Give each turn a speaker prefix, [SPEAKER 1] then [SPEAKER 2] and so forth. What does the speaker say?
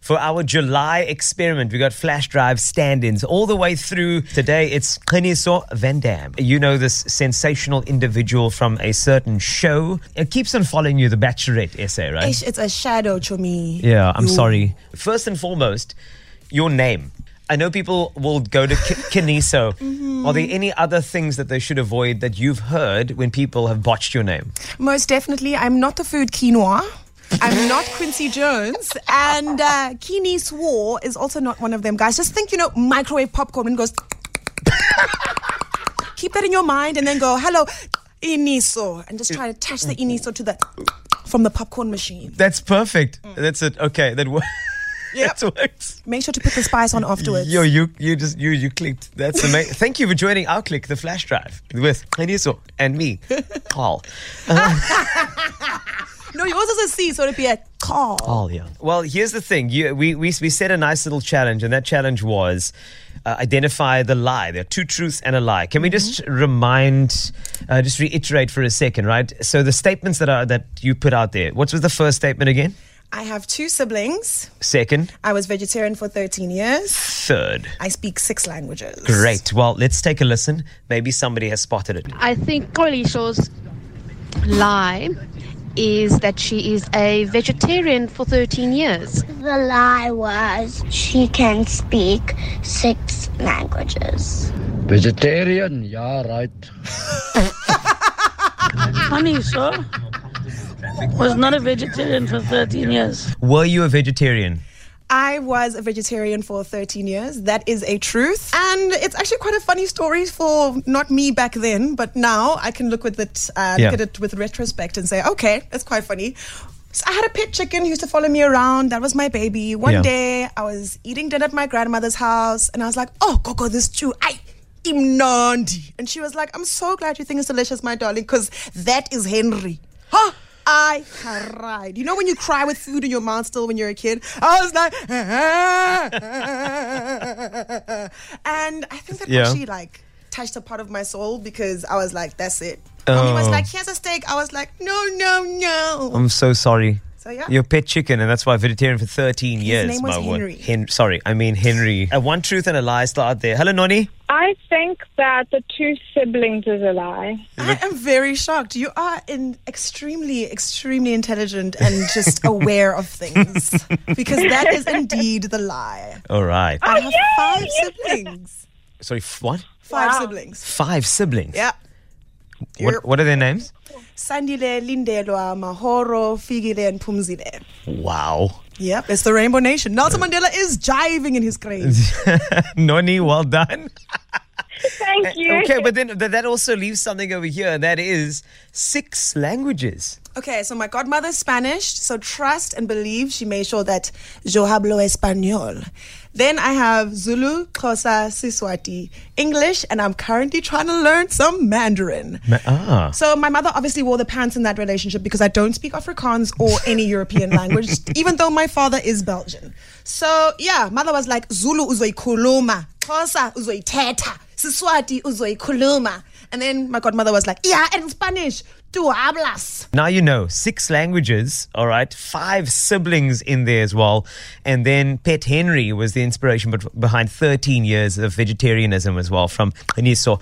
[SPEAKER 1] for our July experiment. We got flash drive stand ins all the way through. Today it's Reniso Van Dam. You know this sensational individual from a certain show. It keeps on following you, the Bachelorette essay, right?
[SPEAKER 2] Ish, It's a shadow to me.
[SPEAKER 1] Yeah, I'm
[SPEAKER 2] You-
[SPEAKER 1] sorry. First and foremost, your name. I know people will go to K- Kineso. Are there any other things that they should avoid that you've heard when people have botched your name?
[SPEAKER 2] Most definitely, I'm not the food quinoa. I'm not Quincy Jones. And uh, Kini Swore is also not one of them guys. Just think, you know, microwave popcorn and goes. Keep that in your mind and then go, hello, Iniso. And just try to touch the Iniso to the from the popcorn machine.
[SPEAKER 1] That's perfect. That's it. Okay, that works.
[SPEAKER 2] Yep.
[SPEAKER 1] that works.
[SPEAKER 2] Make sure to put the spice on afterwards.
[SPEAKER 1] Yo, you you just you you clicked. That's amazing. Thank you for joining our click, the flash drive with Keniso and me, Carl.
[SPEAKER 2] No, yours is a C, so it'd be a call.
[SPEAKER 1] Oh yeah. Well, here's the thing. You, we, we, we set a nice little challenge, and that challenge was uh, identify the lie. There are two truths and a lie. Can we just remind, uh, just reiterate for a second, right? So the statements that are that you put out there. What was the first statement again?
[SPEAKER 2] I have two siblings.
[SPEAKER 1] Second,
[SPEAKER 2] I was vegetarian for 13 years.
[SPEAKER 1] third.
[SPEAKER 2] I speak six languages.
[SPEAKER 1] Great. Well, let's take a listen. Maybe somebody has spotted it.
[SPEAKER 3] I think Colisho's lie is that she is a vegetarian for 13 years.
[SPEAKER 4] The lie was she can speak six languages.
[SPEAKER 5] Vegetarian, ja, right.
[SPEAKER 6] Honey, sir, was not a vegetarian for 13 years.
[SPEAKER 1] Were you a vegetarian?
[SPEAKER 2] I was a vegetarian for 13 years. That is a truth. And it's actually quite a funny story for not me back then, but now I can look with it, uh,
[SPEAKER 1] Yeah.
[SPEAKER 2] look at it with retrospect and say, okay, that's quite funny. So I had a pet chicken who used to follow me around. That was my baby. One
[SPEAKER 1] Yeah.
[SPEAKER 2] day I was eating dinner at my grandmother's house and I was like, oh, Coco, this stew. I imnandi. And she was like, I'm so glad you think it's delicious, my darling, because that is Henry. Huh? I cried. You know when you cry with food in your mouth still when you're a kid? I was like, and I think that
[SPEAKER 1] Yeah.
[SPEAKER 2] actually like touched a part of my soul because I was like, that's it. Mommy was
[SPEAKER 1] Oh.
[SPEAKER 2] like, here's a steak. I was like, no, no, no.
[SPEAKER 1] I'm so sorry.
[SPEAKER 2] So, yeah.
[SPEAKER 1] Your pet chicken, and that's why vegetarian for 13 years.
[SPEAKER 2] name was
[SPEAKER 1] my word.
[SPEAKER 2] Henry.
[SPEAKER 1] Hen- sorry, I mean Henry. Uh, one truth and a lie still out there. Hello, Noni.
[SPEAKER 7] I think that the two siblings is a lie.
[SPEAKER 2] I am very shocked. You are in extremely, extremely intelligent and just aware of things because that is indeed the lie.
[SPEAKER 1] All right.
[SPEAKER 2] I have
[SPEAKER 7] yay!
[SPEAKER 2] five siblings.
[SPEAKER 1] Sorry, f- what?
[SPEAKER 2] Five siblings.
[SPEAKER 1] Five siblings.
[SPEAKER 2] Yeah.
[SPEAKER 1] What, what are their names?
[SPEAKER 2] Sandile, Lindelwa, Mahoro, Figile, and Pumzile.
[SPEAKER 1] Wow.
[SPEAKER 2] Yep, it's the Rainbow Nation. Nelson Mandela is jiving in his grave.
[SPEAKER 1] Noni, well done.
[SPEAKER 7] Thank you.
[SPEAKER 1] Uh, Okay, but then but that also leaves something over here, and that is six languages.
[SPEAKER 2] Okay, so my godmother's Spanish, so trust and believe she made sure that yo hablo español. Then I have Zulu, Xhosa, Siswati, English, and I'm currently trying to learn some Mandarin.
[SPEAKER 1] Ma- ah.
[SPEAKER 2] So my mother obviously wore the pants in that relationship because I don't speak Afrikaans or any European language, even though my father is Belgian. So yeah, mother was like Zulu uzoikuluma, Xhosa uzoiteta, Siswati uzoikuluma, and then my godmother was like, yeah, in Spanish, tú hablas.
[SPEAKER 1] Now you know six languages, all right, five siblings in there as well. And then Pet Henry was the inspiration bet- behind 13 years of vegetarianism as well from Kaniso.